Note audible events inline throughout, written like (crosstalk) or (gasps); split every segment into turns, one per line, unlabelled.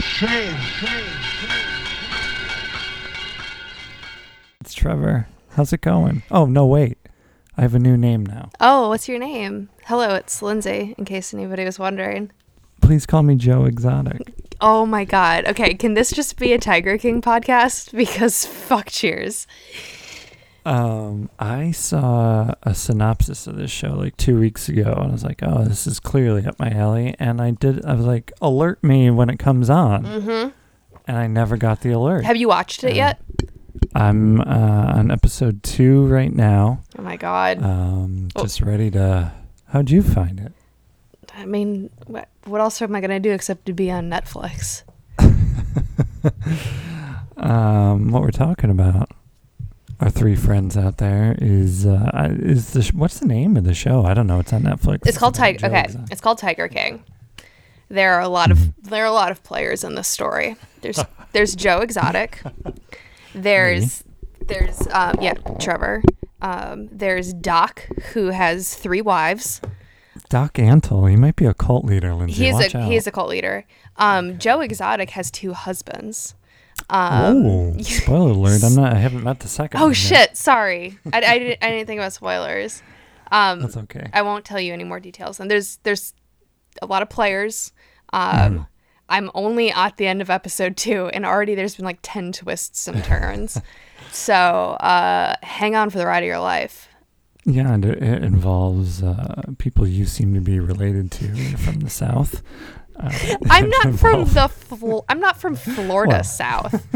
shame, shame.
It's Trevor. How's it going? Oh, no, wait. I have a new name now.
Oh, what's your name? Hello, it's Lindsay, in case anybody was wondering.
Please call me Joe
(laughs)
Exotic.
Oh my god. Okay, can this just be a Tiger King podcast? (laughs) Because fuck cheers.
Um, I saw a synopsis of this show like two weeks ago, and I was like, "Oh, this is clearly up my alley." And I did. I was like, "Alert me when it comes on,"
Mm-hmm.
and I never got the alert.
Have you watched it
Yeah.
yet?
I'm uh, on episode two right now.
Oh my god.
Um,
Oh.
just ready to. How'd you find it?
I mean, what, what else am I going to do except to be on Netflix?
um, what we're talking about, our three friends out there, is uh, I- is the sh- what's the name of the show? I don't know. It's on Netflix.
It's called
about
Tiger Okay,
Joe's, uh,
it's called Tiger King. There are a lot of there are a lot of players in this story. There's there's Joe Exotic. There's there's um yeah, Trevor. Um, there's Doc who has three wives.
Doc Antle. He might be a cult leader, Lindsay.
He's
Watch
a
out.
he's a cult leader. Um, Joe Exotic has two husbands. (laughs)
oh, spoiler alert! I'm not. I haven't met the second.
um, Oh
one yet.
shit! Sorry, I, I, didn't, I didn't think about spoilers. Um,
That's okay.
I won't tell you any more details. And there's there's a lot of players.
Mm-hmm.
Um, I'm only at the end of episode two, and already there's been like ten twists and
(laughs)
turns. so uh, hang on for the ride of your life.
Yeah, and it, it involves uh, people you seem to be related to from the south. Uh, (laughs)
I'm not from
involve-
the Flo- I'm not from Florida
Well.
South.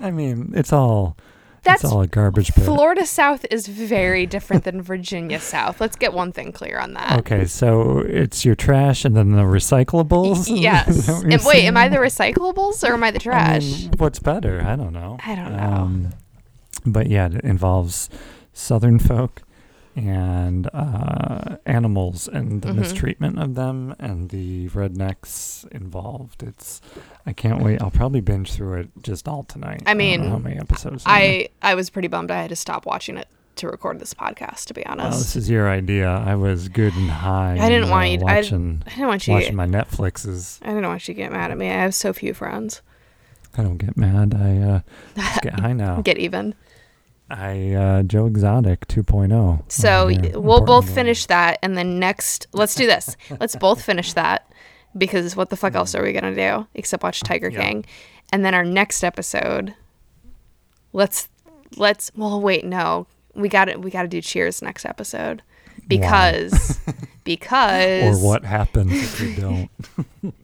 I mean, it's all.
That's
it's all a garbage pit.
Florida South is very different than Virginia South. Let's get one thing clear on that.
Okay, so it's your trash and then the recyclables. Oh, (laughs) Is
Yes.
that what you're
And wait, am I
saying?
the recyclables or am I the
I mean,
trash?
what's better? I don't know. Um,
I don't know.
but yeah, it involves Southern folk and uh, animals and the
Mhm.
mistreatment of them and the rednecks involved. It's I can't wait. I'll probably binge through it just all tonight.
I
don't know
mean,
how many episodes? there are.
I I was pretty bummed I had to stop watching it to record this podcast. To be
Well, Oh, this
honest,
is your idea. I was good and high.
I didn't
and,
want
uh,
you to- I-
watching
I didn't want you.
watching my Netflixes.
I didn't want you to get mad at me. I have so few friends.
I don't get mad. I
(laughs)
uh, just get high now.
Get even.
Oh, I uh, Joe Exotic 2.0.
So
over
y-
here.
we'll both
Oh, Important.
finish that, and then next, let's
(laughs)
do this. let's both finish that because what the fuck else are we gonna do except watch Tiger
Yeah.
King? And then our next episode, let's let's. Well, wait, no, we got to We got to do Cheers next episode
(laughs)
because
Or
because
what happens if you
(laughs)
don't?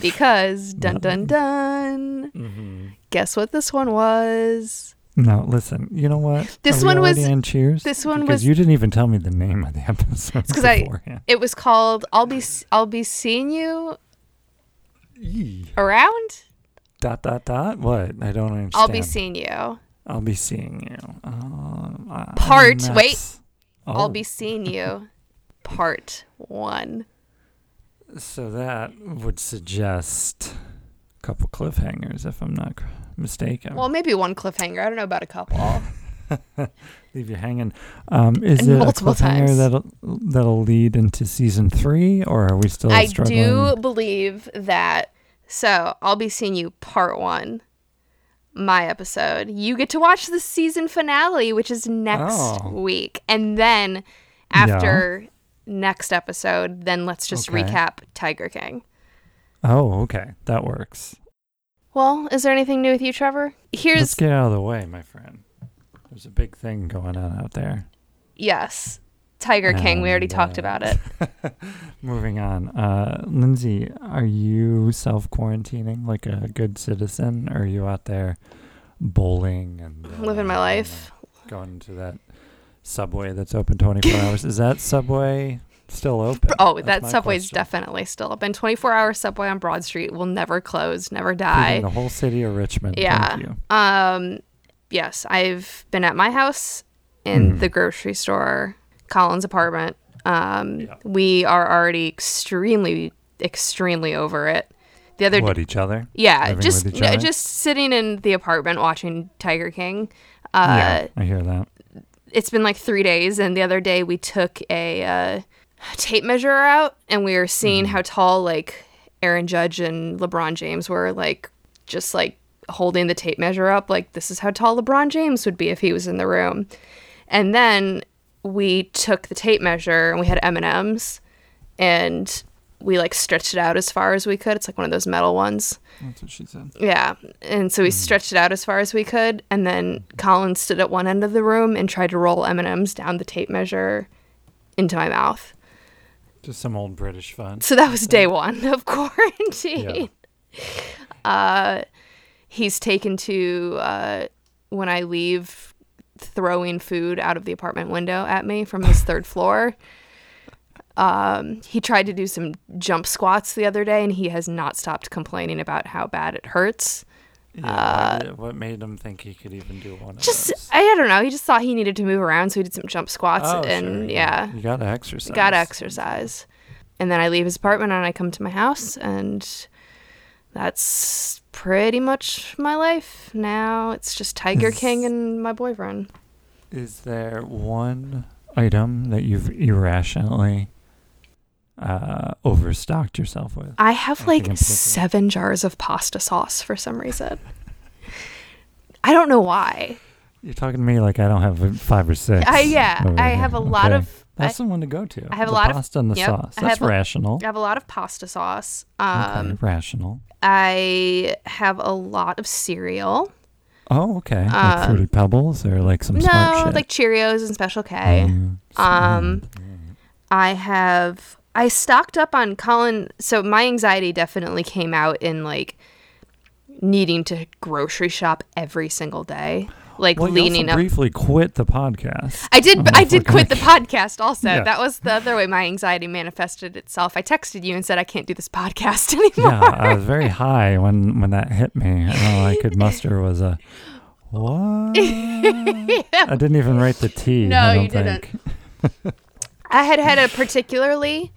because dun dun dun. Guess what this one was?
No, Mm-hmm. listen. You know what?
This
Are we
one was-
already on Cheers.
this one
because
was-
you didn't even tell me the name of the episode. It's
'cause I- It was called "I'll be S- I'll be seeing you around."
dot dot dot. What? I don't understand.
I'll be seeing you.
I'll be seeing you. Um, I- I'm
Part-
not
wait.
s-
I'll
Oh,
be seeing
(laughs)
you. Part one.
So that would suggest a couple cliffhangers, if I'm not cr- mistaken.
Well, maybe one cliffhanger. I don't know about a couple.
leave you hanging. Um, is
And
it
multiple
a cliffhanger
times.
that'll that'll lead into season three, or are we still
I
struggling?
do believe that. So I'll be seeing you. Part one. My episode. You get to watch the season finale, which is next
Oh.
week, and then after next episode, then let's just
Okay.
recap Tiger King.
Oh, okay, that works.
Well, is there anything new with you, Trevor?
Let's
Here's
get out of the way, my friend. There's a big thing going on out there.
yes, Tiger King. We already
And,
talked
uh,
about it.
(laughs) Moving on, uh, Lindsay, are you self quarantining like a good citizen, or are you out there bowling and uh,
Living my life.
going to that subway that's open 24 hours? Is that subway still open?
Oh,
That's
that
my
subway's
question.
definitely still open. 24 hour subway on Broad Street will never close, never
Feeding
die.
the whole city of Richmond.
Yeah.
Thank you.
Um, yes, I've been at my house in
Hmm.
the grocery store, Colin's apartment. Um,
Yeah.
we are already extremely, extremely over it. The other,
What each other?
yeah,
Living
just
with each
no,
other?
just sitting in the apartment watching Tiger King. Uh,
yeah, I hear that.
it's been like three days and the other day we took a uh, tape measure out and we were seeing how tall like Aaron Judge and LeBron James were like just like holding the tape measure up like this is how tall LeBron James would be if he was in the room. And then we took the tape measure and we had M&Ms and we like stretched it out as far as we could. It's like one of those metal ones.
That's what she said.
Yeah. And so we stretched it out as far as we could and then Colin stood at one end of the room and tried to roll M&Ms down the tape measure into my mouth.
Just some old British fun.
So that was day 1 of (laughs) quarantine. Uh he's taken to uh when I leave throwing food out of the apartment window at me from his third floor. Um, he tried to do some jump squats the other day, and he has not stopped complaining about how bad it hurts.
Yeah, why did- what made him think he could even do one
Uh, Just,
of those?
I, don't know. He just thought he needed to move around, so he did some jump squats,
Oh,
and
sure,
yeah,
You gotta exercise.
got exercise. And then I leave his apartment, and I come to my house, and that's pretty much my life now. It's
(laughs)
just Tiger King and my boyfriend.
Is there one item that you've irrationally uh, overstocked yourself with?
I have
Anything in
like
particular?
seven jars of pasta sauce for some reason. (laughs) I don't know why.
You're talking to me like I don't have five or six.
I yeah,
over
I
here.
have a lot
Okay.
of I,
That's the one to go to.
I have a
the
lot of-
pasta and the
yep,
sauce.
I
That's
have a-
rational.
I have a lot of pasta sauce.
okay,
Um,
rational.
I have a lot of cereal.
Oh, okay.
um,
like fruity pebbles or like some
no,
smart shit.
like Cheerios and Special K.
Mm,
Um,
Mm-hmm.
I have I stocked up on Colin. So my anxiety definitely came out in like needing to grocery shop every single day, like
well,
leaning
you also
up.
briefly quit the
(laughs)
podcast.
I did.
don't know
I
if we're
did quit the
gonna-
podcast. Also,
Yeah.
that was the other way my anxiety manifested itself. I texted you and said I can't do this (laughs) podcast anymore.
yeah, I was very high when when that hit me, and all I
(laughs)
could muster was a what? I didn't even write the T.
No,
I don't
you didn't.
think.
I had had a particularly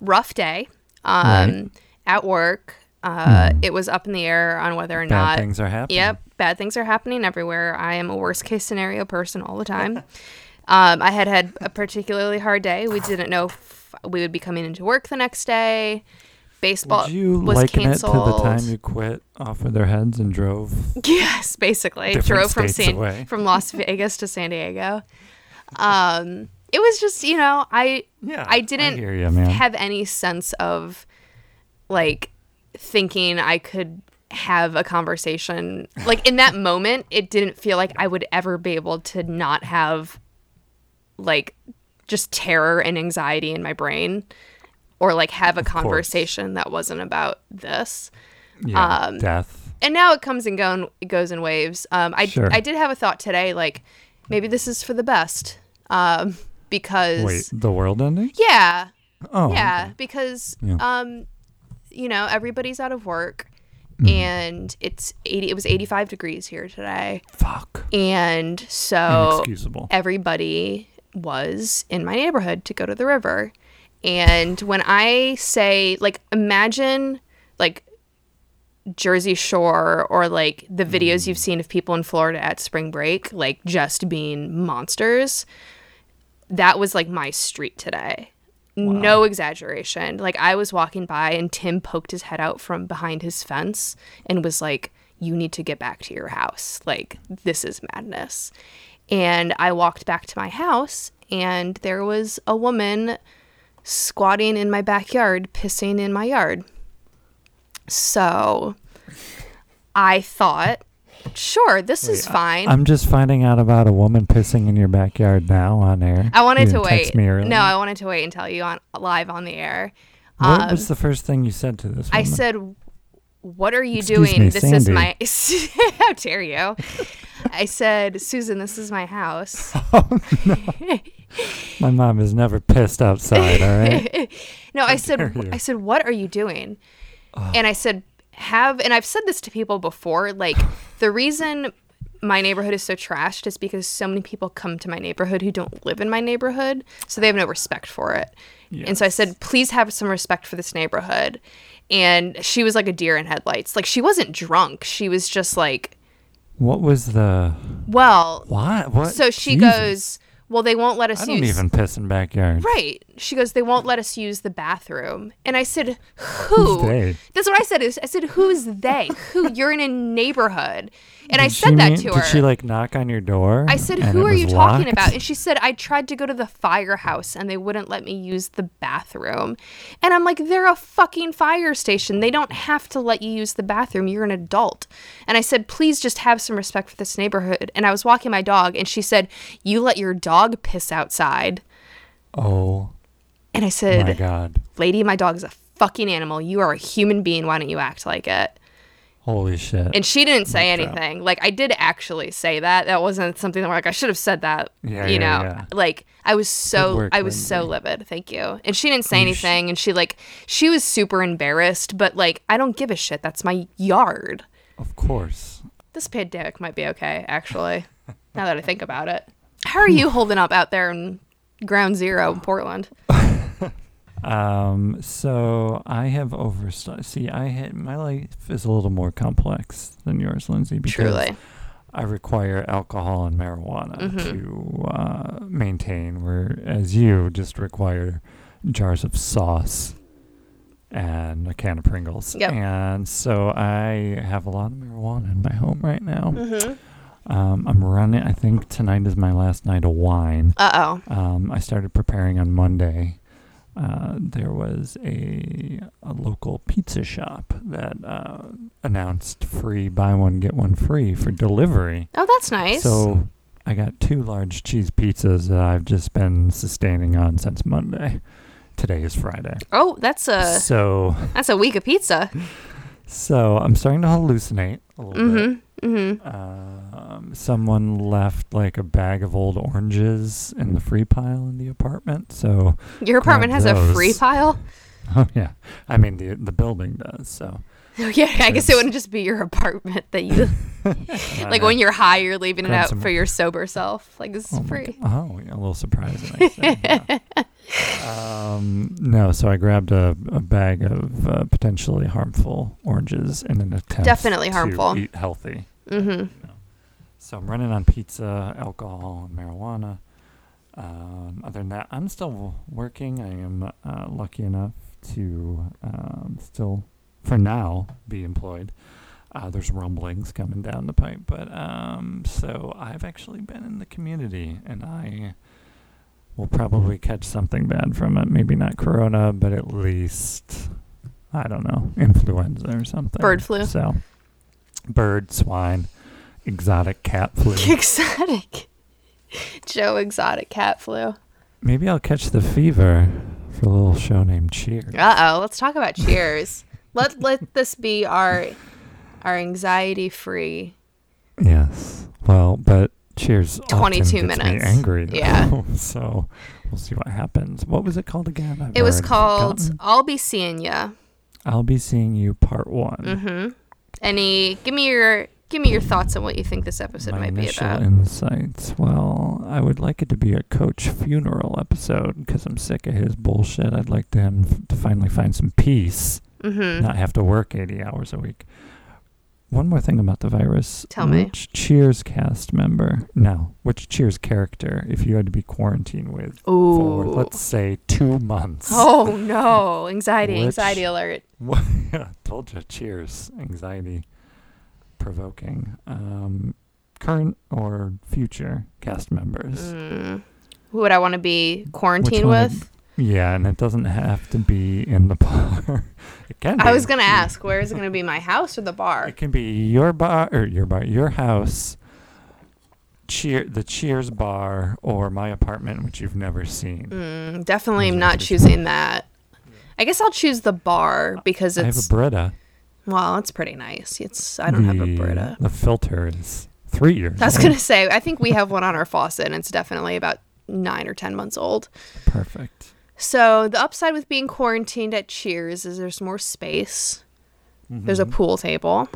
rough day um,
Right.
at work. Uh, It was up in the air on whether or
Hmm. Bad
not.
things are happening.
Yep, bad things are happening everywhere. I am a worst case scenario person all the time.
(laughs)
um, I had had a particularly hard day. We didn't know if we would be coming into work the next day. Baseball
Would you
was
liken
canceled.
it to the time you quit off with their heads and drove?
(laughs) Yes, basically.
Different
Drove from
states
San
away. (laughs)
from Las Vegas to San Diego. Um, it was just, you know, I
Yeah,
I didn't
hear ya, man.
have any sense of like thinking I could have a conversation. Like
(laughs)
in that moment, it didn't feel like I would ever be able to not have like just terror and anxiety in my brain or like have a
course.
conversation that wasn't about this
Yeah,
um,
death.
and now it comes and go it goes in waves. Um, I
Sure.
I did have a thought today, like maybe this is for the best, um, because
Wait, the world ending?
yeah,
Oh,
yeah, because
Yeah.
um, you know everybody's out of work, and it's eighty. It was eighty five degrees here today,
fuck.
and so
Inexcusable.
everybody was in my neighborhood to go to the river. And when I say, like, imagine like Jersey Shore or like the videos you've seen of people in Florida at spring break, like just being monsters, that was like my street today. No exaggeration. Like, I was walking by and Tim poked his head out from behind his fence and was like, You need to get back to your house. Like, this is madness. And I walked back to my house and there was a woman squatting in my backyard, pissing in my yard. So I thought, sure, this is fine.
I'm just finding out about a woman pissing in your backyard now on air.
I wanted
You
to
didn't
wait.
Text me earlier.
No, I wanted to wait and tell you on live on the air.
What
Um,
was the first thing you said to this
I
woman?
said, "What are you
Mm. Excuse
doing?
me,
this
Sandy."
is my (laughs) how dare you?" I said, "Susan, this is my house."
My mom is never pissed outside, all
(laughs)
right?
No, I said,
dare you.
I said, what are you doing? And I said, have, and I've said this to people before. Like, the reason my neighborhood is so trashed is because so many people come to my neighborhood who don't live in my neighborhood, so they have no respect for it. And so I said, please have some respect for this neighborhood. And she was like a deer in headlights. Like, she wasn't drunk. She was just like,
What was the
well,
why? What?
so she
Jesus.
goes, well, they won't let us
I
use.
don't even piss in backyards.
Right. She goes, they won't let us use the bathroom. And I said, who?
they?
That's what I said. is- I said, who's they? who? You're in a neighborhood. And I
Did
said
she
that
mean-
to her.
Did she like knock on your door?
I said,
and
who
it
are
was
you talking
locked?
about? And she said, I tried to go to the firehouse and they wouldn't let me use the bathroom. And I'm like, they're a fucking fire station. They don't have to let you use the bathroom. You're an adult. And I said, please just have some respect for this neighborhood. And I was walking my dog and she said, you let your dog piss outside.
Oh
And I
my
said,
god!
lady, my dog is a fucking animal. You are a human being. Why don't you act like it?
Holy shit!
And she didn't say
drop.
anything. Like I did actually say that. That wasn't something that we're like I should have said that.
Yeah,
you
yeah,
know,
yeah.
like I was so
work,
I was so livid. Thank you. And she didn't say anything. and she like she was super embarrassed. But like I don't give a shit. That's my yard.
of course.
This pandemic might be okay
(laughs)
actually. now that I think about it, how are you holding up out there in Ground Zero in Portland?
Um, so I have overstudied. See, I had my life is a little more complex than yours, Lindsay, because
Truly,
I require alcohol and marijuana to uh, maintain, whereas you just require jars of sauce and a can of Pringles.
Yep.
And so I have a lot of marijuana in my home right now.
Mm-hmm.
Um, I'm running. I think tonight is my last night of wine.
uh oh,
Um, I started preparing on Monday. Uh, there was a, a local pizza shop that uh, announced free buy one get one free for delivery.
oh that's nice.
So I got two large cheese pizzas that I've just been sustaining on since Monday. Today is Friday.
oh, that's a
so
that's a week of pizza.
so I'm starting to hallucinate a little bit.
Mm-hmm. Mm-hmm.
Um, someone left like a bag of old oranges in the free pile in the apartment, so (laughs)
Your apartment has a
those.
free pile. (laughs)
Oh yeah, I mean the the building does. So
Oh, Yeah, I guess it
Yes.
wouldn't just be your apartment
(laughs)
that you
Uh,
like when you're high, you're leaving it
Grab
out
some-
for your sober self. Like this is
oh my
free.
g- oh, yeah, a little surprise. and everything, yeah.
(laughs)
um, no, so I grabbed a, a bag of uh, potentially harmful oranges in an attempt
Definitely
to
harmful.
eat healthy.
Mm-hmm. (laughs)
So I'm running on pizza, alcohol, and marijuana. Um, other than that, I'm still working. I am uh, lucky enough to um, still, for now, be employed. Uh, there's rumblings coming down the pipe, but um, so I've actually been in the community, and I will probably catch something bad from it. Maybe not corona, but at least I don't know influenza or something.
Bird flu.
So bird, swine, exotic cat flu.
(laughs) Exotic. Joe Exotic cat flu.
Maybe I'll catch the fever for a little show named Cheer.
Uh oh. Let's talk
(laughs)
about cheers. let let this be our our anxiety free.
Yes. Well, but Cheers. often
22
gets me
minutes.
angry. though,
Yeah.
(laughs) so we'll see what happens. What was it called again? I've
It was
already
called
forgotten.
"I'll Be Seeing Ya."
"I'll Be Seeing You" Part One.
Mm-hmm. Any? Give me your give me your thoughts on what you think this episode
My
might be
initial
about.
insights. Well, I would like it to be a coach funeral episode because I'm sick of his bullshit. I'd like to him f- to finally find some peace,
mm-hmm.
not have to work 80 hours a week. One more thing about the virus.
Tell me.
Which Cheers cast member? No, which Cheers character? If you had to be quarantined with for
Ooh.
let's say two months. (laughs)
(laughs) Oh no! Anxiety,
Which-
anxiety alert.
What- yeah, told you. Cheers. Anxiety provoking. Um, current or future cast members.
Mm. Who would I want to be quarantined
one would-
with?
Yeah, and it doesn't have to be in the (laughs) bar. it can. Be.
I was gonna ask, where is it gonna be? My house or the bar?
It can be your bar or your bar, your house. Cheer the Cheers bar or my apartment, which you've never seen.
Mm, definitely,
Those
am
are
not
the two
choosing that. I guess I'll choose the bar because
I have a
it's
Brita.
well, it's pretty nice. It's I don't have a
The-
Brita.
The filter is three years.
I was
old.
gonna say, I think we have one on our faucet, and it's definitely about nine or ten months old.
Perfect.
So the upside with being quarantined at Cheers is there's more space. (laughs) There's a
Mm-hmm.
pool table.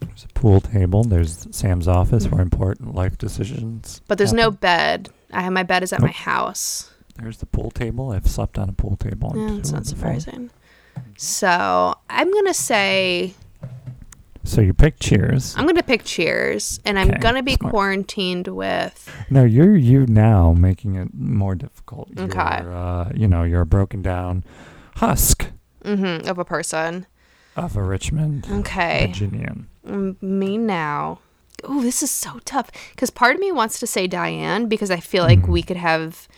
There's a pool table. There's Sam's office where important life decisions.
Mm-hmm. But there's no
happen.
bed. I have my bed is at my
Nope.
house. Eh,
There's the pool table. I've slept on a pool table.
Yeah,
It's
it's not
wonderful.
surprising. So I'm gonna say
So you pick Cheers.
I'm gonna pick Cheers, and I'm
Okay,
gonna be
smart.
quarantined with.
No, you're you now making it more difficult.
Okay.
You're, uh, you know, you're a broken down husk
Mm-hmm, of a person.
of a Richmond
Okay.
Virginian.
Mm, Me now. Oh, this is so tough. Because part of me wants to say Diane because I feel like
Mm.
we could have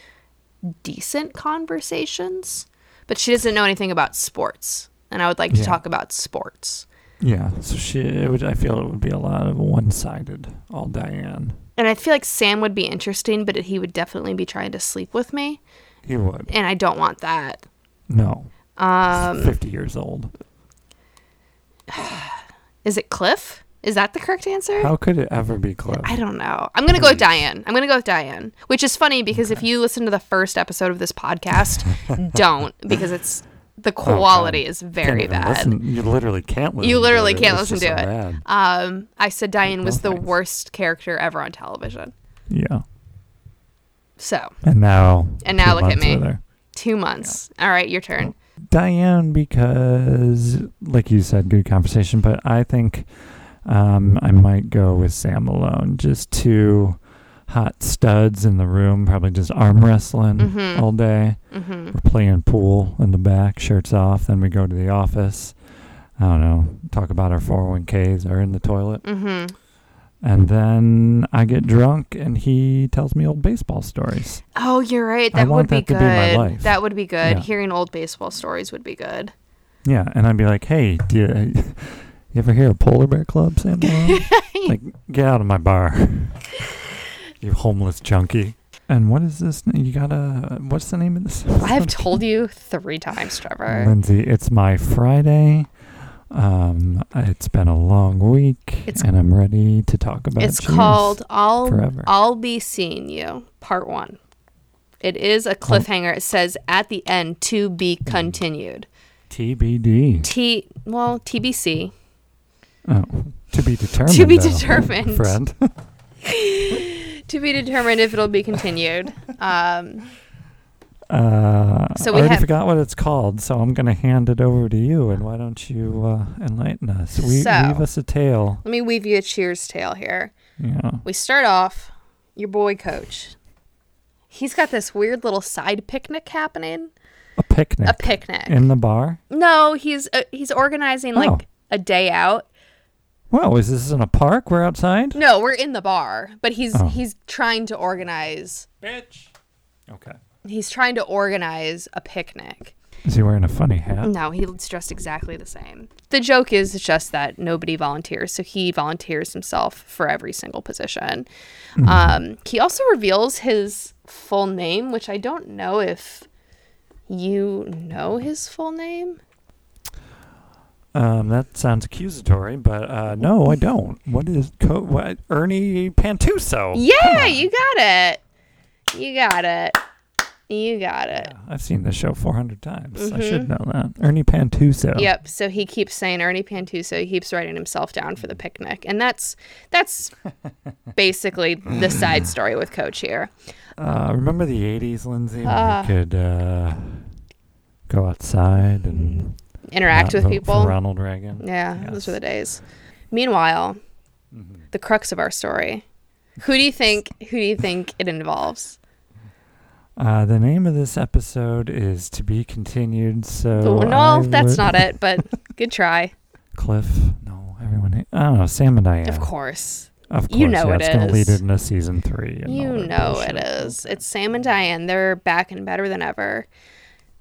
decent conversations, but she doesn't know anything about sports, and I would like to
Yeah.
talk about sports.
Yeah. So she, it would, I feel it would be a lot of one sided, all Diane.
And I feel like Sam would be interesting, but he would definitely be trying to sleep with me,
He would.
and I don't want that.
No.
Um,
50 years old.
is it Cliff? Is that the correct answer?
How could it ever be close?
I don't know. I'm gonna go with
Please.
Diane. I'm gonna go with Diane, which is funny because if you listen to the first episode of
(laughs)
this podcast, don't because it's the
God.
quality is
Oh, Can't
very
even
bad.
Listen. You literally can't listen.
You
to
literally
it.
can't
It's
listen
just
to
so
it.
bad.
Um, I said Diane
No
was the
thanks.
worst character ever on television.
Yeah.
So
And now.
And now
two
look at
months
me.
later.
two months. All right, your turn.
Diane because, like you said, good conversation. But I think um, I might go with Sam alone. Just two hot studs in the room, probably just arm wrestling
Mhm.
all day.
hmm
We're playing pool in the back, shirts off. Then we go to the office. I don't know. Talk about our 401ks or in the toilet.
hmm
And then I get drunk and he tells me old baseball stories.
Oh, you're right.
I
That would
want
be
that to
good.
be my life.
That would be good.
Yeah.
Hearing old baseball stories would be good.
Yeah. And I'd be like, hey, do you, uh, (laughs) you ever hear of Polar Bear Club,
(laughs)
Sam Malone? like, get out of my bar. (laughs) you homeless junkie. And what is this? n- You gotta. What's the name of this?
I have told you three times, Trevor.
Lindsay, it's my Friday. Um, it's been a long week,
It's-
and I'm ready to talk about.
It's
Cheers
called I'll
forever.
I'll be seeing you, part one. It is a cliffhanger. It says at the end to be
Mm.
continued.
TBD.
T well TBC.
Oh, to be determined.
To be
though,
determined.
friend.
To be determined if it'll be (laughs) continued. Um,
Uh,
So
I
we
already
have-
forgot what it's called, so I'm gonna hand it over to you. And why don't you uh, enlighten us? We,
So-
Leave us a tale.
let me weave you a cheers tale here.
Yeah.
We start off your boy coach. He's got this weird little side picnic happening.
A picnic.
A picnic.
in the bar.
No, he's uh, he's organizing like
Oh.
a day out
Whoa, is this in a park? We're outside?
No, we're in the bar, but he's
Oh.
he's trying to organize.
Bitch. Okay.
He's trying to organize a picnic.
Is he wearing a funny hat?
No, he's dressed exactly the same. The joke is just that nobody volunteers, so he volunteers himself for every single position.
Mm-hmm.
Um, he also reveals his full name, which I don't know if you know his full name.
Um, that sounds accusatory, but uh, no, I don't. What is co- what Ernie Pantuso?
Yeah, you got it. You got it. You got it.
I've seen this show 400 times. I should
Mm-hmm.
know that. Ernie Pantuso.
Yep. So he keeps saying Ernie Pantuso. He keeps writing himself down for the picnic, and that's
(laughs)
that's basically the side story with Coach here.
Uh, remember the 80s, Lindsay? When
Ah.
we could uh, go outside and
Interact
not
with
vote
people.
For Ronald Reagan.
yeah, those
Yes. Mm-hmm.
were the days. Meanwhile, the crux of our story. Who do you think? Who do you think it involves?
Uh, the name of this episode is to be continued. So
Oh,
I
no, that's
would-
not it.
(laughs)
But good try.
Cliff. No, everyone. ha- I don't know. Sam and Diane.
Of course,
Of course,
You know
yeah,
it
it's going to lead
is.
into season three. And all
you
that
know
bullshit.
it is. It's Sam and Diane. They're back and better than ever.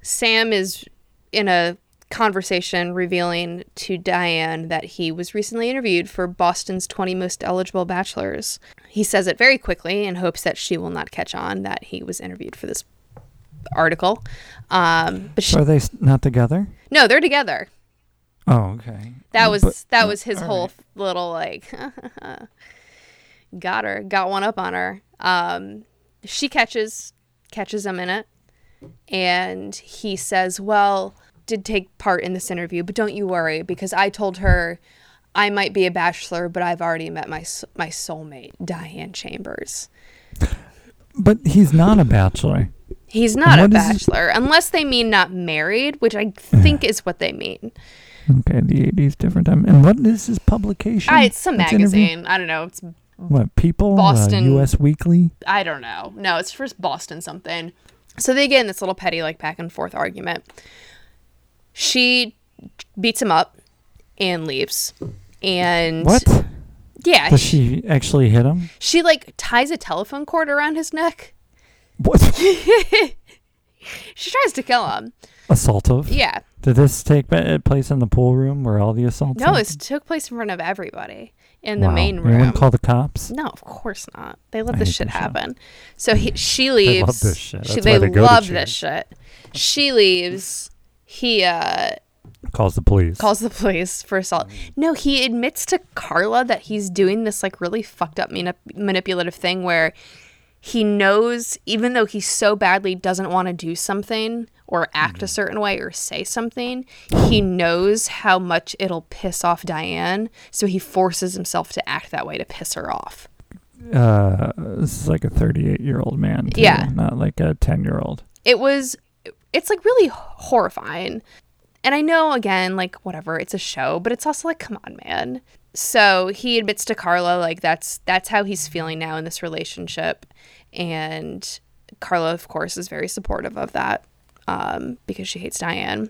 Sam is in a conversation revealing to Diane that he was recently interviewed for Boston's 20 most eligible bachelors. He says it very quickly in hopes that she will not catch on that he was interviewed for this article. Um, but she,
So are they s- not together?
no, they're together.
Oh, okay.
That was
But-
that was his
all
whole little like (laughs) got her, got one up on her. Um, she catches catches him in it, and he says, "Well, did take part in this interview, but don't you worry because I told her I might be a bachelor, but I've already met my s- my soulmate, Diane Chambers."
But he's not a bachelor.
He's not a
What is-
bachelor unless they mean not married, which I think is what they mean.
Okay, the eighties, different time. And what is this publication?
Ah, it's some
It's interview-
magazine. I don't know. It's
What people? uh,
Boston-
U.S. Weekly.
I don't know. No, it's for Boston something. So they get in this little petty like back and forth argument. She beats him up and leaves. And
What
Yeah,
does
she,
she actually hit him?
she like ties a telephone cord around his neck. (laughs)
What
She tries to kill him.
assaultive?
Yeah.
Did this take ba- place in the pool room where all the assaults?
No,
happened?
this took place in front of everybody in the
Wow.
main
You
room.
wouldn't call the cops.
No, of course not. They let
I
this
hate
shit
this show.
happen. So he, she leaves.
this shit.
She-
That's
they
why they go to
love
church.
this shit. She leaves. He uh,
Calls the police.
calls the police for assault. No, he admits to Carla that he's doing this like really fucked up manip- manipulative thing where he knows even though he so badly doesn't want to do something or act a certain way or say something, he knows how much it'll piss off Diane, so he forces himself to act that way to piss her off.
Uh, this is like a 38 year old man. too,
Yeah.
Not like a 10 year old.
it was it's like really horrifying and i know again like whatever it's a show but it's also like come on man so he admits to carla like that's that's how he's feeling now in this relationship and carla of course is very supportive of that um, because she hates diane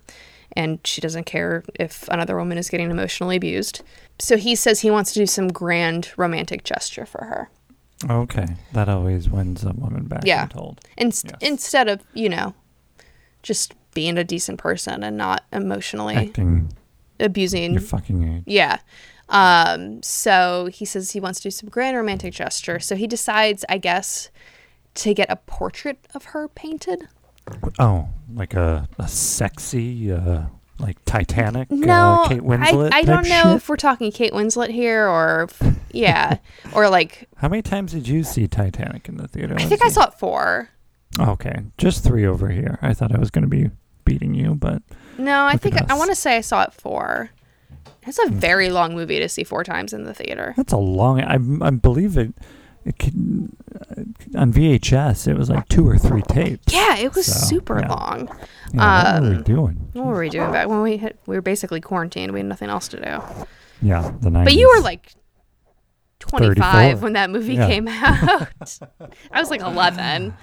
and she doesn't care if another woman is getting emotionally abused so he says he wants to do some grand romantic gesture for her
Okay. That always wins a woman back.
Yeah.
I'm told.
Inst
Yes.
instead of you know just being a decent person and not emotionally
Acting
abusing
your fucking age.
yeah um so he says he wants to do some grand romantic gesture so he decides i guess to get a portrait of her painted
Oh, like a, a sexy, uh, like Titanic,
no
uh, Kate Winslet.
i, I
type
don't know
shit?
if we're talking kate winslet here or if-
(laughs)
yeah or like
How many times did you see Titanic in the theater?
i think i saw it four
Okay, just three over here. I thought I was going to be beating you, but
no i
Look at
think i
us. Hmm.
want to say i saw it four it's a very long movie to see four times in the theater
that's a long. I, I believe it. It can, uh, on VHS. It was like two or three tapes.
yeah it was
So,
super
yeah.
long
Yeah, what were we
Um,
doing?
What were we doing back when we had, we were basically quarantined? We had nothing else to do.
Yeah, the nineties.
But you were like 25
34.
when that movie
Yeah.
came out. I was like 11.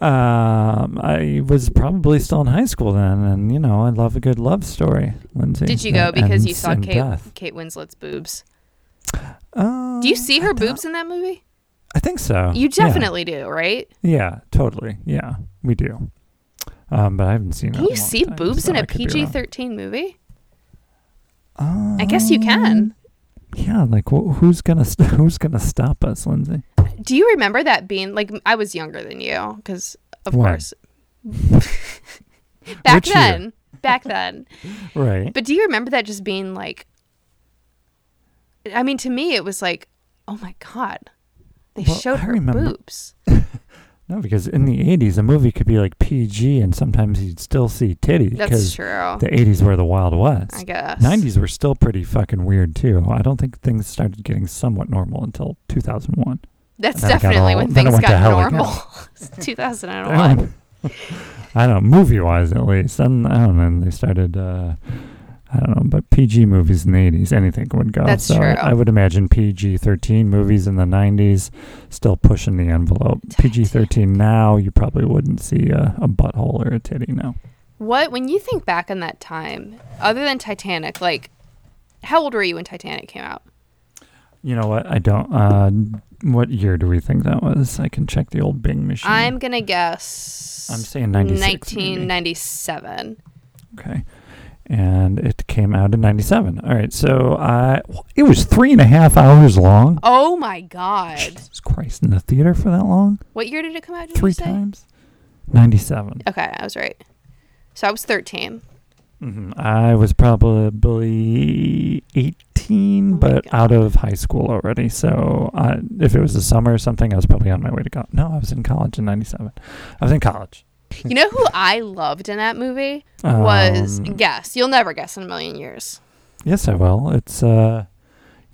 Um, I was probably still in high school then, and you know, I love a good love story, Lindsay.
Did you go
that
because you
ends
saw
in
Kate,
death.
Kate Winslet's boobs?
Um,
Do you see
I
her
don't-
boobs in that movie?
I think so.
You
Yeah.
definitely do, right?
Yeah, totally. Yeah, we do. Um, but I haven't seen.
Can
that
you
in a long
see
time,
boobs
so
in a
I could be
PG
wrong.
13 movie?
Um,
I guess you can.
Yeah, like wh- who's gonna st- (laughs) who's gonna stop us, Lindsay?
Do you remember that being like I was younger than you because of
When?
course (laughs) back
Which year?
then, back then.
Right.
But do you remember that just being like I mean to me it was like, "Oh my god. They
Well,
showed
I
her
remember-
boobs."
No, because in the '80s, a movie could be like PG, and sometimes you'd still see titty.
That's
Because
true.
the '80s were the Wild
I
West.
guess.
'90s were still pretty fucking weird too. I don't think things started getting somewhat normal until 2001.
That's
then it got
definitely
all-
when
then it
things
went to
got
hell again.
normal.
(laughs)
It's 2001.
I don't know, movie wise at least. And I don't know, and they started, uh, I don't know, but PG movies in the 80s, anything would go.
That's
so
true.
I would imagine PG 13 movies in the 90s still pushing the envelope. PG 13 now, you probably wouldn't see a, a butthole or a titty now.
What when you think back on that time, other than Titanic, like how old were you when Titanic came out?
You know what? I don't. Uh, what year do we think that was? I can check the old Bing machine.
I'm going to guess
I'm saying 96. maybe.
1997.
Okay. And it came out in 97. All right. So I, it was three and a half hours long.
Oh my god.
Jesus Christ, in the theater for that long?
What year did it come out? Did
Three
you say?
times? 97.
Okay, I was right. So I was 13.
hmm I was probably 18,
Oh my
but
God.
out of high school already. So uh, if it was the summer or something, I was probably on my way to college. No, I was in college in 97. I was in college.
You know who I loved in that movie was
Um,
guess. You'll never guess in a million years.
Yes, I will. It's uh,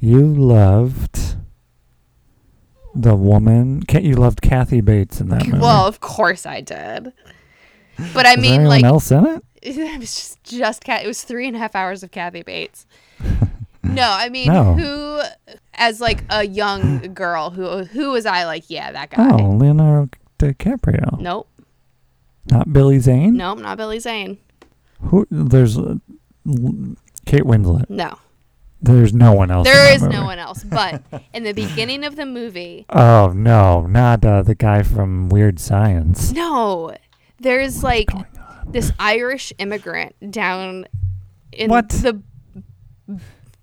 you loved the woman. Ca- you loved
(laughs)
Kathy Bates in that movie.
Well, of course I did. But I
was
mean
there anyone
like
else in it?
(laughs) it was just just Kat. It was three and a half hours of
(laughs)
Kathy Bates. No, I mean,
No.
who as like a young girl who who was I like? Yeah, that guy.
Oh, Leonardo DiCaprio.
Nope,
Not Billy Zane?
nope, not Billy Zane.
Who there's uh, l- Kate Winslet.
No,
There's no one else. in
there
that
is no
movie.
one
(laughs)
else. But in the beginning of the movie,
Oh no, not uh, the guy from Weird Science.
no, there's like this Irish immigrant down in
What?
the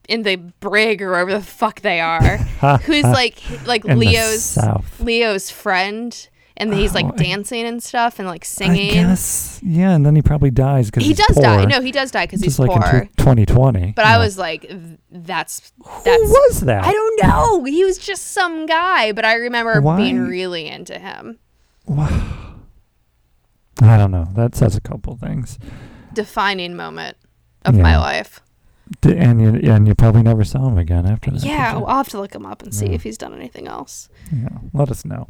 in the brig or wherever the fuck they are, (laughs) who's like like
Uh, (laughs) In the
Leo's
South.
Leo's friend, and he's like
Oh, I-
dancing and stuff and like
I
singing.
guess. Yeah, and then he probably dies because
he does die. No, he does die because he's
just like
poor.
in tw- 2020.
But I
Yeah.
was like, th- that's
Who
that's.
was that?
I don't know. He was just some guy, but I remember
Why-
being really into him.
I don't know. That says a couple things.
Defining moment of
Yeah.
my life.
D- and you and you probably never saw him again after that. did
Yeah,
you?
well, I'll have to look him up and see
Yeah.
if he's done anything else. (laughs)
Yeah, let us know.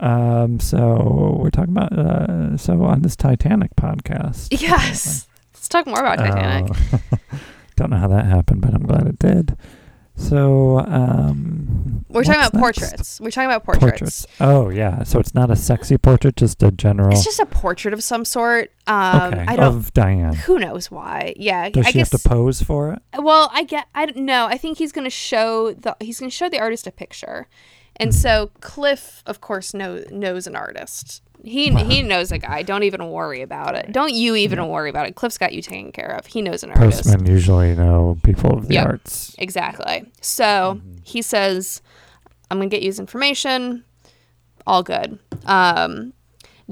Um, so we're talking about uh, so on this Titanic podcast.
(laughs) Yes. Let's talk more about Titanic.
Oh. (laughs) don't know how that happened, but I'm glad it did. So um,
We're talking
what's
about
next?
portraits. We're talking about portraits.
Oh yeah, so it's not a sexy portrait, just a general.
It's just a portrait of some sort. Um,
Oh. okay,
I don't.
of Diane.
Who knows why? Yeah,
Does
I
she
guess.
have to pose for it?
Well, I get. I don't know. I think he's going to show the. He's going to show the artist a picture, and
Hmm.
so Cliff, of course, know, knows an artist. He he knows a guy. Don't even worry about it. Don't you even worry about it. Cliff's got you taken care of. He knows an artist.
Postmen usually know people of the
Yep.
arts.
Exactly. So he says, "I'm going to get you his information. All good." Um,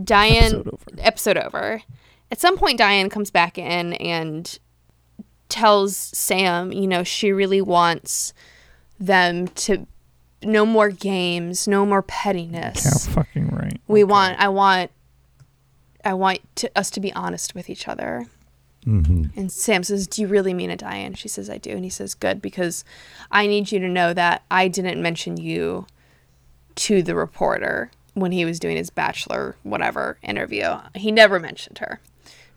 Diane
Episode over.
episode over. At some point, Diane comes back in and tells Sam, you know, she really wants them to no more games, no more pettiness.
Yeah, fucking right.
We want, I want, I want to, us to be honest with each other.
Mm-hmm.
And Sam says, Do you really mean it, Diane? She says, I do. And he says, Good, because I need you to know that I didn't mention you to the reporter when he was doing his bachelor whatever interview. He never mentioned her.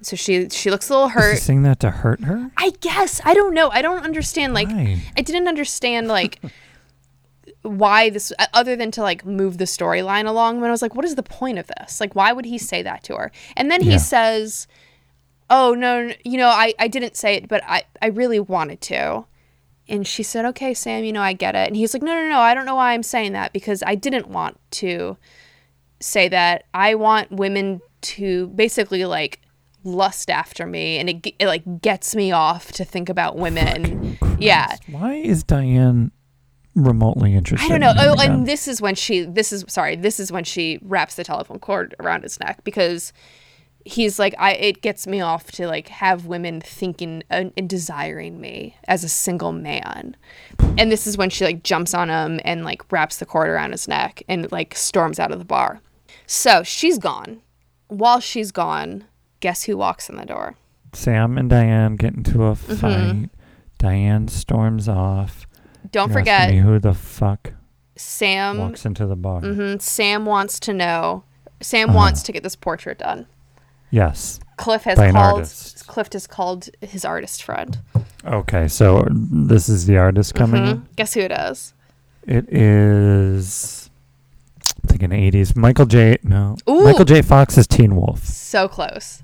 So she she looks a little
Is he (laughs)
hurt.
saying that to hurt her?
I guess. I don't know. I don't understand like
Why?
I didn't understand like (laughs) why this uh, other than to like move the storyline along when I was like what is the point of this like why would he say that to her and then he
Yeah.
says oh no, n- you know I I didn't say it but I I really wanted to and she said okay Sam you know I get it and he's like no no no I don't know why I'm saying that because I didn't want to say that I want women to basically like lust after me and it, g- it like gets me off to think about women yeah
Why is Diane remotely interested?
I don't know.
in him
Oh,
again?
and this is when she. This is sorry. This is when she wraps the telephone cord around his neck because he's like, I. It gets me off to like have women thinking and, and desiring me as a single man, and this is when she like jumps on him and like wraps the cord around his neck and like storms out of the bar. So she's gone. While she's gone, guess who walks in the door?
Sam and Diane get into a
Mm-hmm.
fight. Diane storms off.
Don't
You're asking
forget, Um,
me who the fuck
Sam.
walks into the bar.
mhm, Sam wants to know. Sam
Uh-huh.
wants to get this portrait done.
Yes.
Cliff has
By an
called
artist.
Cliff has called his artist friend.
Okay, so this is the artist coming.
Mhm. Guess who it is?
in. It is I think an eighties. Michael J no.
Ooh.
Michael J. Fox is Teen Wolf.
So close.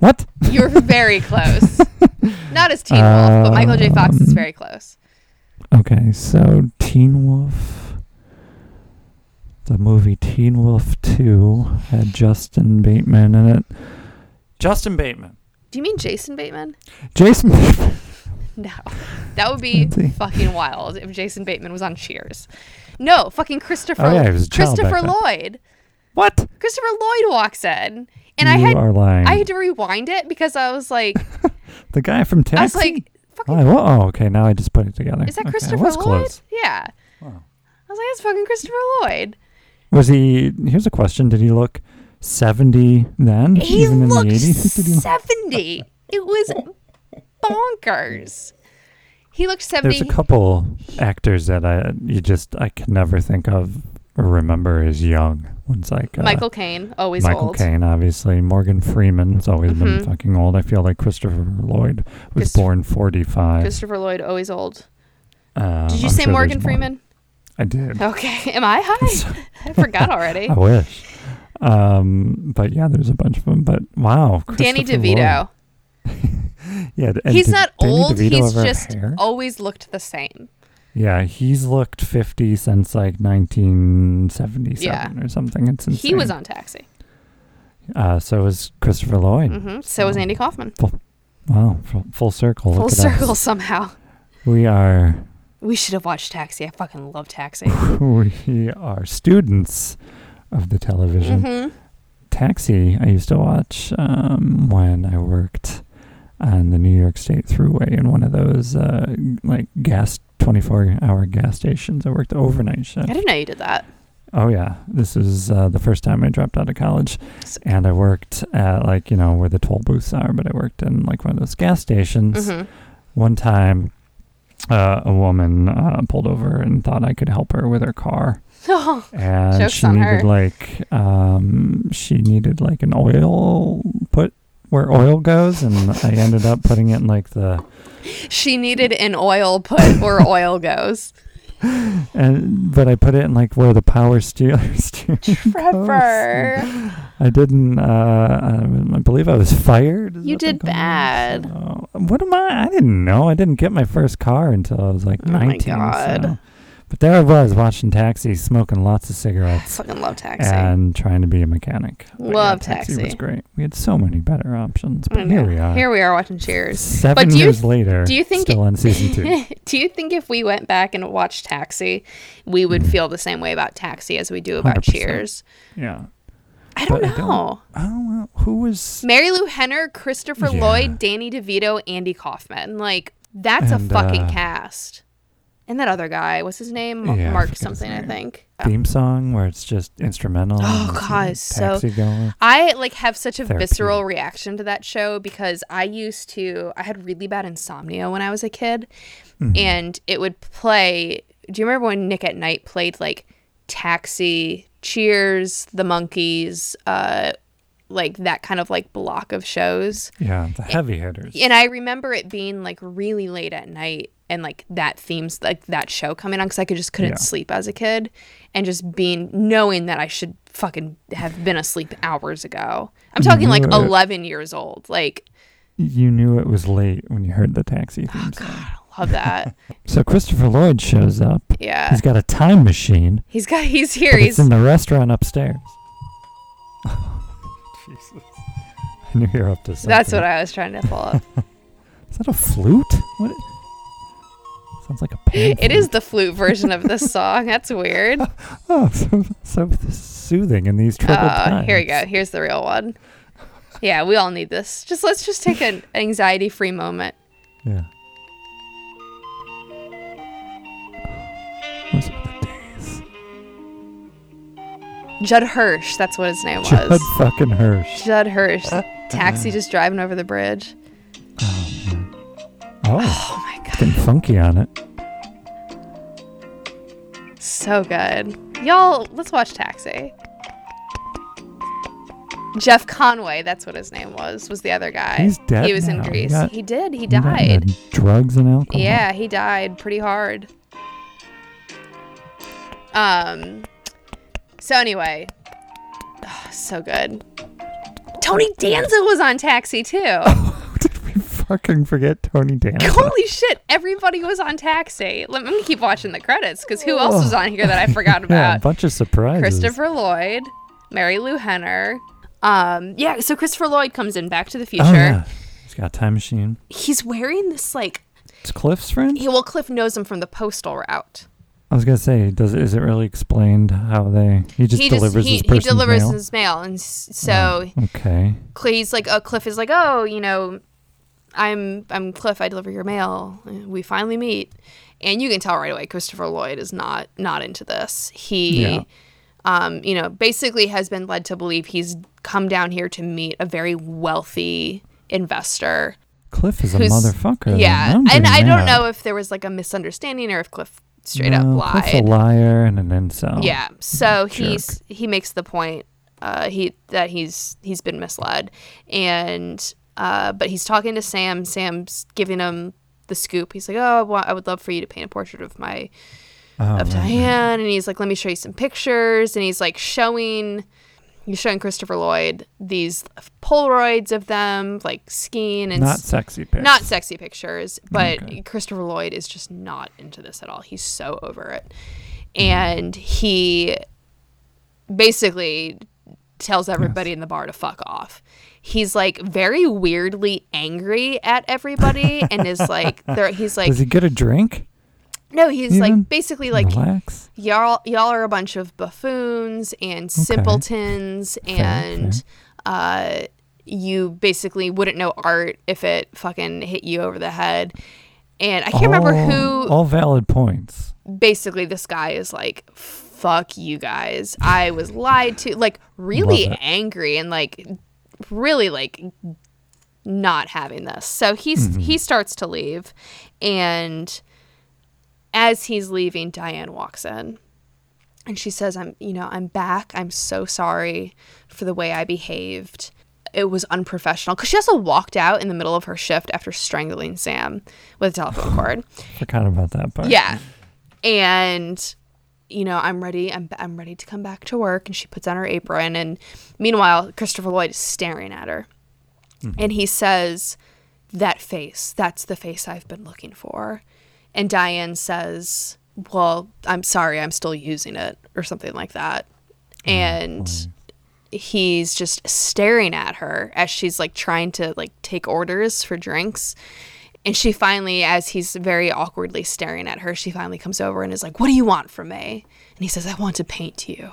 What? (laughs)
You're very close. Not as Teen Wolf, but Michael
Um,
J. Fox is very close.
Okay, so Teen Wolf the movie Teen Wolf two had Justin Bateman in it. Justin Bateman.
Do you mean Jason Bateman?
Jason Bateman.
No, that would be
Let's see.
fucking wild if Jason Bateman was on Cheers. No, fucking Christopher.
Oh, yeah, he was a child back
Christopher
then.
Lloyd.
What?
Christopher Lloyd walks in,
you
and I had
are lying.
I had to rewind it because I was
(laughs)
like,
the guy from Taxi.
I was like, fucking,
Oh, well, oh, okay. Now I just put it together.
is that
Okay, I
Christopher
was
Lloyd?
close.
Yeah.
Wow.
I was like, that's fucking Christopher Lloyd.
Was he? Here's a question: Did he look seventy then,
He
even in
looked
the (laughs) eighties? Did he? Look,
70. It was bonkers. He looked 70.
there's a couple actors that I you just I could never think of remember is young. One's like uh,
Michael Caine, always
Michael
old.
Caine, obviously. Morgan Freeman's always been
Mhm.
fucking old. I feel like Christopher Lloyd was
Christopher-
born 45.
Christopher Lloyd, always old.
Um,
Did you
I'm
say
sure
Morgan
there's more.
Freeman?
I did.
(laughs) Okay. Am I high? (laughs)
(laughs)
I forgot already.
I wish. Um, but yeah, there's a bunch of them. But wow,
Danny
Christopher
DeVito.
Lloyd. Yeah, th- and
He's
did
not
Danny
old.
DeVito
He's
ever have
just
hair?
always looked the same.
Yeah, he's looked 50 since like 1977 or something. It's insane.
He was on Taxi.
Uh, so was Christopher Lloyd.
hmm So was Andy Kaufman.
Wow, full, full circle.
Mm-hmm. Full
Look at
circle
Us.
somehow.
We are
We should have watched Taxi. I fucking love Taxi.
we are students of the television.
hmm
Taxi, I used to watch um, when I worked on the New York State Thruway in one of those uh, like gas 24 hour gas stations. I worked the overnight
I
shift.
didn't know you did that.
Oh, yeah. This is uh, the first time I dropped out of college.
Sick.
And I worked at like, you know, where the toll booths are, but I worked in like one of those gas stations.
hmm
One time, uh, a woman uh, pulled over and thought I could help her with her car
(laughs) Oh,
and
Joke's
she
on
needed
her.
like um she needed like an oil put where oil goes and i ended up putting it in like the
she needed an oil put
(laughs)
where oil goes.
and but i put it in like where the power steer (laughs) steer-
Trevor.
i didn't uh um, i believe i was fired is
You
what they
did
call it.
bad.
So- what am i i didn't know i didn't get my first car until i was like
Oh my
19
God.
so- but there i was watching taxi smoking lots of
I
cigarettes
fucking love Taxi.
and trying to be a mechanic. But
Love
was
Taxi.
great. We had so many better options,
I
but here
know.
we are.
Here we are watching Cheers.
Seven
do you-
years later,
do you think
still on season two?
(laughs) Do you think if we went back and watched Taxi, we
Mm-hmm.
would feel the same way about Taxi as we do about
100%.
Cheers?
yeah.
I don't
But I
know.
don't- Oh, well, who was?
Mary Lou Henner, Christopher
Yeah.
Lloyd, Danny DeVito, Andy Kaufman. Like that's
And,
a fucking
uh,
cast. And that other guy, what's his name?
Yeah, I
Mark
forget his
something, I
name.
think.
Theme song where it's just instrumental.
Oh,
and it's
God,
like
so-
taxi going.
I like have such a
Therapeutic.
visceral reaction to that show because I used to I had really bad insomnia when I was a kid and it would play do you remember when Nick at Night played like Taxi, Cheers, The Monkeys, uh like that kind of like block of shows?
Yeah, the heavy hitters.
and I remember it being like really late at night and like that themes like that show coming on because I could just couldn't
Yeah.
sleep as a kid and just being knowing that I should fucking have been asleep hours ago. I'm talking like
knew it.
11 years old. Like
You knew it was late when you heard the
Oh,
taxi theme song.
I
(laughs)
love that.
So Christopher Lloyd shows up.
yeah,
He's got a time machine.
he's got he's
But
here.
it's
He's
in the restaurant upstairs. (laughs) Jesus. I knew you were up to something.
that's what I was trying to pull
(laughs)
up.
Is that a flute? What? i- Sounds like a pan.
it is the flute version of this song.
(laughs)
That's weird.
flute. Oh, so, so soothing in these troubled
Uh,
times.
here we go. Here's the real one. Yeah, we all need this. Just let's just
(laughs)
take an anxiety-free moment.
Yeah. Those were the days.
Judd Hirsch, that's what his name was.
Judd Uh-huh. fucking Hirsch.
Judd Hirsch. Taxi just driving over the bridge.
Oh,
Oh my god.
fucking funky on it.
So good. Y'all, let's watch Taxi. Jeff Conway, that's what his name was, was the other guy.
He's dead
He was in
now. He
Greece.
got-
he did. He
You got into
died.
Drugs and alcohol.
Yeah, he died pretty hard. Um. So anyway, (sighs) Ah, so good. Tony Danza was on Taxi too.
Did (laughs) we fucking forget Tony Danza?
(laughs) Holy shit! Everybody was on Taxi. Let me keep watching the credits because who else was on
(laughs)
here that I forgot
yeah, a
about?
bunch of surprises.
Christopher Lloyd, Mary Lou Henner. Um, yeah, so Christopher Lloyd comes in Back to the Future.
Oh, yeah. He's got a time machine.
He's wearing this like
It's Cliff's friend?
he well Cliff knows him from the postal route.
I was gonna say, does is it really explained how they? He just
he
delivers
just he,
his
he
person's
delivers
mail?
his mail, and s- so
Okay,
Cl- he's like, oh, Cliff is like, oh, you know, I'm I'm Cliff. I deliver your mail. We finally meet, and you can tell right away Christopher Lloyd is not not into this. He,
Yeah.
um, you know, basically has been led to believe he's come down here to meet a very wealthy investor.
Cliff is a
Who's-
motherfucker. then.
yeah,
I'm
and
pretty
I don't
mad.
know if there was like a misunderstanding or if Cliff straight
No,
up
Cliff's a
lied.
liar and an incel.
Yeah. So he's he makes the point uh, he that he's he's been misled, and uh, but he's talking to Sam. Sam's giving him the scoop. He's like, "Oh, I, want, I would love for you to paint a portrait of my
Oh,
of
right.
Diane," and he's like, "Let me show you some pictures," and he's like showing. He's showing Christopher Lloyd these Polaroids of them, like skiing and
Not
s-
sexy pics.
not sexy pictures, but
Okay.
Christopher Lloyd is just not into this at all. He's so over it. And he basically tells everybody in the bar to fuck off. He's like very weirdly angry at everybody and is like they're- he's
(laughs)
like
Does he get a drink?
no, he's
even?
like basically like
Relax.
y'all y'all are a bunch of buffoons and simpletons and uh you basically wouldn't know art if it fucking hit you over the head and i can't remember
All-
who
All valid points.
basically this guy is like fuck you guys i was lied to like really
Love it.
angry and like really like not having this so he's
Mm-hmm.
he starts to leave and as he's leaving diane walks in and she says i'm you know i'm back i'm so sorry for the way i behaved it was unprofessional because she also walked out in the middle of her shift after strangling sam with a
(sighs)
telephone cord
Forgot about that part.
yeah. And you know, I'm ready. I'm I'm ready to come back to work and she puts on her apron and meanwhile, Christopher Lloyd is staring at her. And he says, "That face. That's the face I've been looking for." And Diane says, "Well, I'm sorry. I'm still using it or something like that." And he's just staring at her as she's like trying to like take orders for drinks and she finally as he's very awkwardly staring at her she finally comes over and is like what do you want from me and he says i want to paint you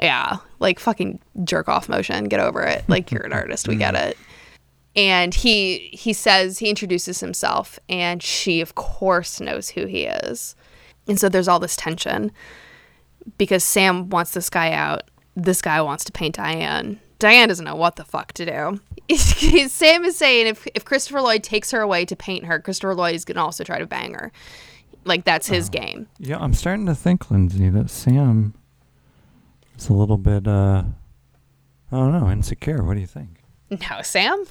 yeah like fucking jerk off motion get over it like you're an artist we get it and he he says he introduces himself and she of course knows who he is and so there's all this tension because Sam wants this guy out. This guy wants to paint Diane. Diane doesn't know what the fuck to do. (laughs) Sam is saying if, if Christopher Lloyd takes her away to paint her, Christopher Lloyd is going to also try to bang her. Like, that's
Oh.
his game.
Yeah, I'm starting to think, Lindsay, that Sam is a little bit, uh, I don't know, insecure. What do you think?
No, Sam?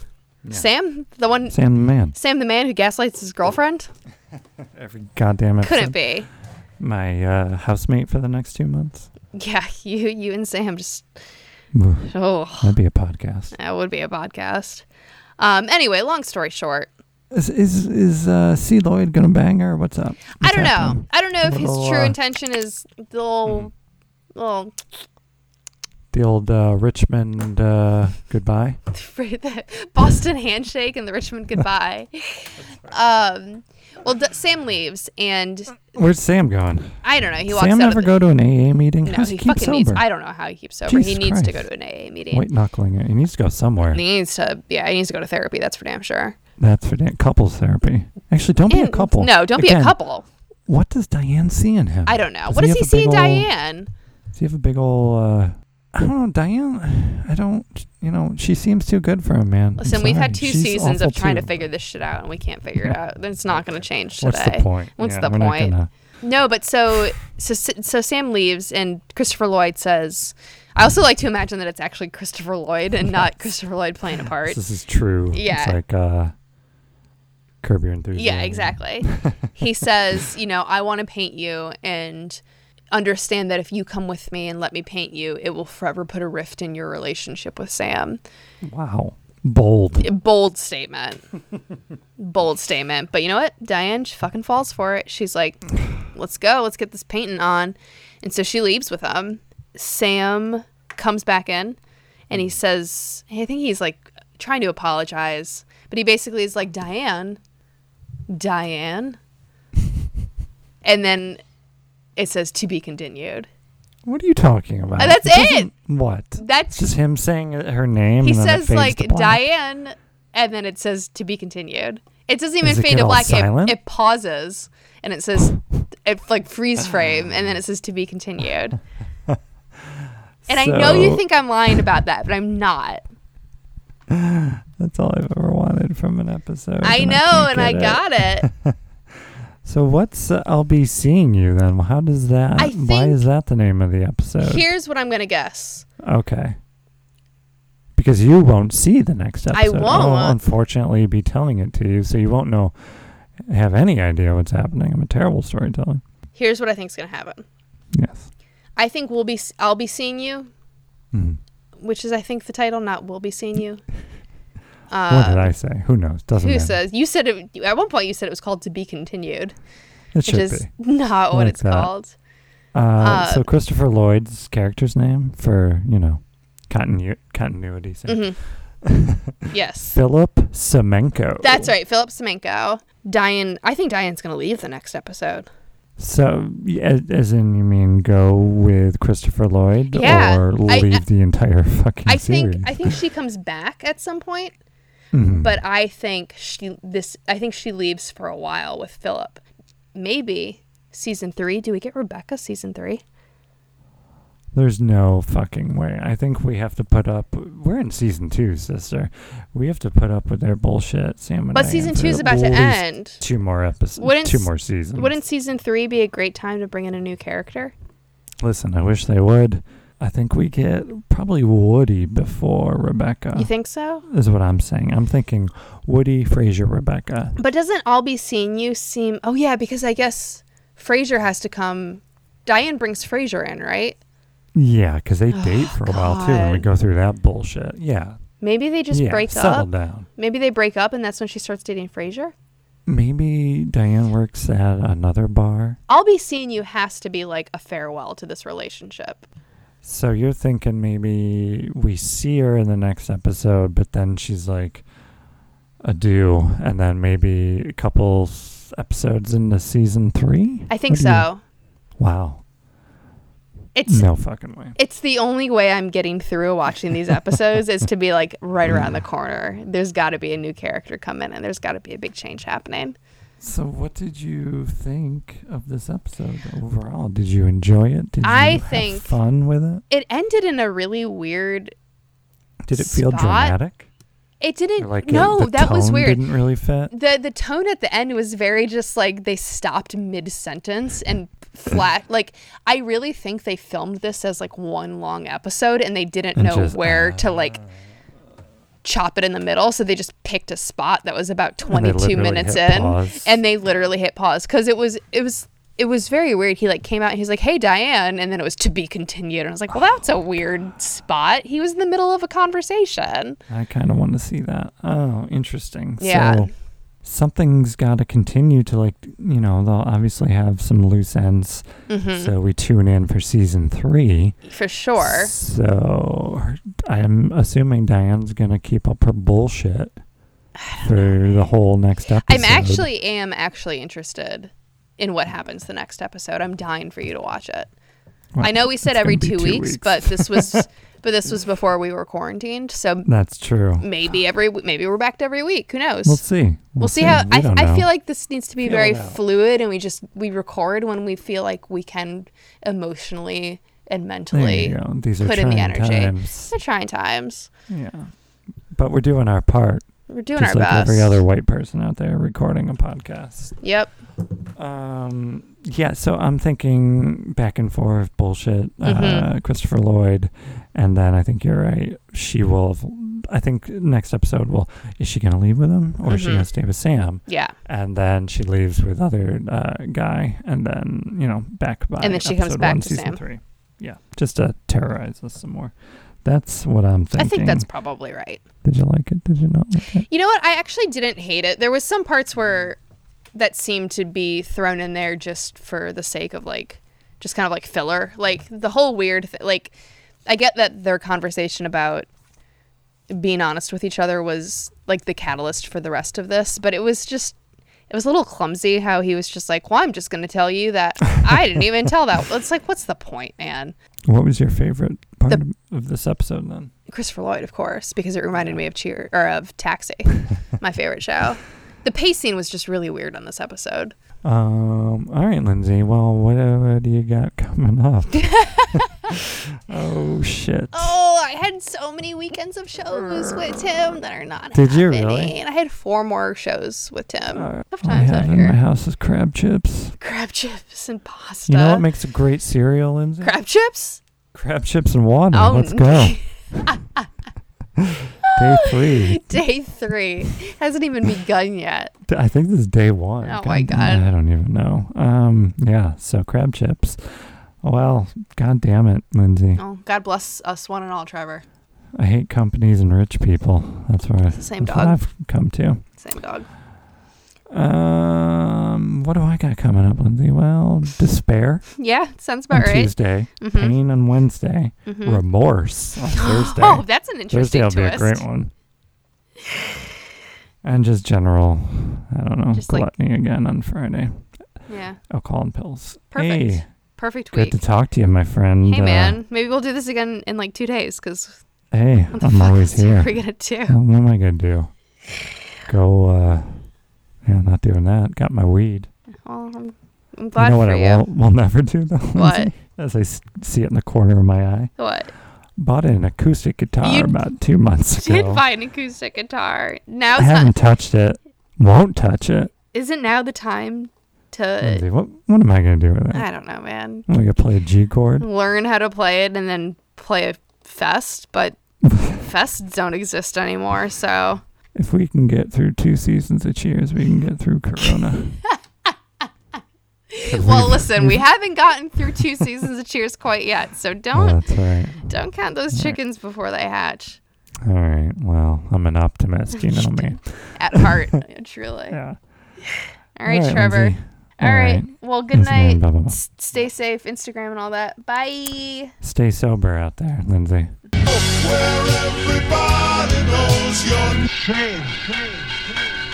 Yeah.
Sam? The one.
Sam the man.
Sam, the man who gaslights his girlfriend?
Every goddamn episode.
Couldn't be.
My uh, housemate for the next two months.
Yeah, you you and Sam just.
Oof,
Oh,
That'd be a podcast.
that would be a podcast. Um. Anyway, long story short,
Is is, is uh, C. Lloyd gonna bang her? What's up?
I
What's
don't know.
happening?
I don't know if his
Little,
true
uh,
intention is the little, little
The old uh, Richmond uh, goodbye.
(laughs) for the Boston handshake and the Richmond goodbye. (laughs) um, well, D- Sam leaves, and
Where's Sam going?
I don't know. He walks
Sam
out.
never
of
go to an AA meeting. How
the- no,
does he
he
keep
fucking
sober?
needs. I don't know how he keeps sober. he
Jesus
needs to go
Christ.
to an AA meeting.
White knuckling it. He needs to go somewhere.
He needs to. Yeah, he needs to go to therapy. That's for damn sure.
That's for damn couples therapy. Actually, don't be a
And-
couple.
No, don't be a
Again,
couple.
What does Diane see in him?
I don't know.
Does
what
he
does
have
he
a
see in
big ol-
Diane?
Does he have a big ol' Uh, I don't know, Diane. I don't. You know, she seems too good for him, man. I'm
Listen, we've had two
sorry. She's
seasons of
awful
trying to
too.
figure this shit out, and we can't figure it out. It's not going to change today.
What's the point?
What's
Yeah,
the
we're not
point?
gonna-
No, but so so so Sam leaves, and Christopher Lloyd says. I also like to imagine that it's actually Christopher Lloyd and not Christopher
(laughs)
Lloyd playing a part.
This is true.
Yeah.
It's like uh, Curb Your Enthusiasm.
Yeah,
(laughs)
exactly. he says, you know, I want to paint you, and understand that if you come with me and let me paint you, it will forever put a rift in your relationship with Sam.
Wow. Bold.
bold statement. bold statement. But you know what? Diane she fucking falls for it. She's like, let's go. Let's get this painting on. And so she leaves with him. Sam comes back in and he says, I think he's like trying to apologize, but he basically is like, Diane, Diane. and then it says to be continued.
What are you talking about?
And Uh, that's
doesn't- What? It's
That's
just him saying uh, her name.
He
and then it
says
fades
like
to black.
Diane, and then it says to be continued. It doesn't even
Does it
fade
get
to
all
black. It,
silent?
it pauses, and it says it like freeze frame, and then it says to
(laughs)
be continued. And I know you
So-
think I'm lying about that, but I'm not.
That's all I've ever wanted from an episode.
I
and
know,
can't (laughs)
and I
get it.
got it.
So what's uh, I'll be seeing you then? How does that?
I
why
think-
is that the name of the episode?
Here's what I'm gonna guess.
okay. Because you won't see the next
I
episode. I'll
won't.
unfortunately be telling it to you, so you won't know, have any idea what's happening. I'm a terrible storyteller.
Here's what I think's gonna happen.
Yes.
I think we'll be. s- I'll be seeing you,
Mm.
which is I think the title, not we'll be seeing you.
what did
Uh,
I say? Who knows? Doesn't
who
matter.
says you said it, at one point you said it was called to be continued,
it
which
should
is
be.
not what
Like
it's
that.
called.
Uh,
Uh,
so Christopher Lloyd's character's name for you know continu- continuity. sake.
Mm-hmm.
(laughs)
yes,
Philip Semenko.
that's right. Philip Semenko. Diane. I think Diane's gonna leave the next episode.
So, y- as, as in, you mean go with Christopher Lloyd
Yeah,
or
I-
leave the entire fucking
I
series?
think. I think she comes back at some point.
Mhm.
but I think she this I think she leaves for a while with Philip. Maybe season three. Do we get Rebecca season three?
There's no fucking way. I think we have to put up. We're in season two, sister. We have to put up with their bullshit, Sam and
But
Diane,
season
for
two is
at
about to
least
end.
Two more episodes.
Wouldn't
Two
s-
more seasons.
Wouldn't season three be a great time to bring in a new character?
Listen, I wish they would. I think we get probably Woody before Rebecca.
You think so?
is what I'm saying. I'm thinking Woody, Fraser, Rebecca.
But doesn't all be seeing you seem? Oh yeah, because I guess Frasier has to come. Diane brings Frasier in, right?
Yeah, because they date for a while too, and we
Oh, God.
go through that bullshit. Yeah,
Maybe they just
yeah,
break
settle
up.
down.
Maybe they break up, and that's when she starts dating Frasier.
Maybe Diane works at another bar.
I'll be seeing you has to be like a farewell to this relationship.
So you're thinking maybe we see her in the next episode, but then she's like adieu, and then maybe a couple s- episodes into season three.
I think
What do you-
so.
wow,
It's
Mm-hmm. no fucking way.
It's the only way I'm getting through watching these episodes is to be like right around
Mm.
the corner. There's got to be a new character come in, and there's got to be a big change happening.
So what did you think of this episode overall? Did you enjoy it? Did
I
you
think-
have fun with it?
It ended in a really weird.
Did it feel
Scott-
dramatic?
It
Or
didn't.
like it-
no,
the
that was
tone
weird.
Didn't really fit.
the The tone at the end was very just like they stopped mid sentence and flat.
(laughs)
like I really think they filmed this as like one long episode, and they didn't
And
know
just, uh,
where to like chop it in the middle, so they just picked a spot that was about
And they
22
literally
minutes
hit
in,
pause.
and they literally hit pause because it was it was it was very weird. He like came out and he's like, "Hey, Diane," and then it was to be continued, and I was like, "Well, that's a weird spot." He was in the middle of a conversation.
I kind of want to see that. Oh, interesting.
Yeah.
So something's got to continue to like you know they'll obviously have some loose ends.
hmm
So we tune in for season three.
For sure.
So her- I'm assuming Diane's gonna keep up her bullshit for the whole next episode.
I'm actually am actually interested in what happens the next episode. I'm dying for you to watch it.
Well,
I know we said
it's
every
gonna be
two,
two
weeks,
weeks.
but this was
(laughs)
but this was before we were quarantined, so
That's true.
maybe every maybe we're back to every week. Who knows?
We'll see. We'll,
Mm. we'll see how
We
I,
don't
I
know.
feel like this needs to be
Feel
very
it out.
fluid and we just we record when we feel like we can emotionally and
There
mentally
you go. These are
put in the
trying
energy.
times.
They're trying times
Yeah. But we're doing our part,
we're doing
just
our
like
best
every other white person out there recording a podcast.
yep
Um, yeah, so I'm thinking back and forth bullshit. Uh,
Mhm.
Christopher Lloyd, and then I think you're right. She will. I think next episode will. Is she gonna leave with him, or is she
Mhm.
gonna stay with Sam?
yeah
And then she leaves with other uh, guy, and then you know back by.
And then she comes
episode
back
one,
to
season
Sam.
Three. Yeah, just to terrorize us some more. That's what I'm
I
thinking.
think that's probably right
Did you like it? Did you not like it?
you know what I actually didn't hate it there was some parts where that seemed to be thrown in there just for the sake of like just kind of like filler like the whole weird th- like I get that their conversation about being honest with each other was like the catalyst for the rest of this, but it was just it was a little clumsy how he was just like, "Well, I'm just going to tell you that I didn't even tell that." It's like, what's the point, man?
What was your favorite part of this episode then?
Christopher Lloyd, of course, because it reminded me of Cheer or of (laughs) Taxi, my favorite show. The pacing was just really weird on this episode. (laughs)
Um. All right, Lindsay. Well, what uh, do you got (laughs) coming up? oh shit.
Oh, I had so many weekends of shows with Tim that are not.
Did you
happening.
really?
I had four more shows with Tim.
Uh,
um, Tough
all I
times out
have in my
here.
house is crab chips.
Crab chips and pasta.
You know what makes a great cereal, Lindsay?
Crab chips?
crab chips and water.
Oh,
Let's
(laughs)
go. Day three.
Day three hasn't even begun yet.
Th- I think this is day one.
Oh my
damn it, I don't even know. Um, yeah. So crab chips. Well, god damn it, Lindsay.
Oh, God bless us one and all, Trevor.
I hate companies and rich people. That's what, I,
Same
that's what
dog.
I've come to.
Same dog.
Um, what do I got coming up, Lindsay? Well,
(laughs)
despair
Yeah, sounds
on
about right.
Tuesday,
Mm-hmm.
pain on Wednesday,
hmm
remorse
(gasps)
on Thursday.
Oh, that's an
Thursday
interesting
will be
twist.
a great one. And just general, I don't know,
Just like-
gluttony again on Friday.
Yeah,
Alcohol and pills.
Perfect.
Hey,
perfect
good
week.
to talk to you, my friend.
Hey,
Uh,
man, maybe we'll do this again in like two days because
Hey,
what the
I'm
fuck
always
else are
here.
we going to do?
Um, What am I gonna do? Go? uh Yeah, not doing that. Got my weed.
Well, I'm, I'm glad
you know what
for
I
you.
will (laughs) will never do though. Lindsay?
What?
(laughs) As I s- see it in the corner of my eye. (laughs)
What?
Bought an acoustic guitar
You
about two months ago.
Did buy an acoustic guitar. Now
I
it's
haven't
not,
touched it. Won't touch it.
isn't now the time to?
Lindsay, what what am I gonna do with it?
Uh, I Mm. don't know, man.
I'm gonna play a G chord.
learn how to play it and then play a
(laughs)
fest, but fests don't exist anymore. So
If we can get through two seasons of Cheers, we can get through
(laughs)
Corona. (laughs)
well, listen, we haven't gotten through two seasons of Cheers quite yet,
(laughs)
so
Oh,
don't
that's right.
don't count those chickens before they hatch.
All right. Well, I'm an optimist. You know me.
At
(laughs)
heart, truly.
Yeah. All
All right,
right,
Trevor.
Lindsay.
All
All
right.
right.
Well, good
Yes, ma'am.
night.
Blah, blah, blah.
S- stay safe, Instagram and all that. Bye.
Stay sober out there, Lindsay.
where everybody knows your name.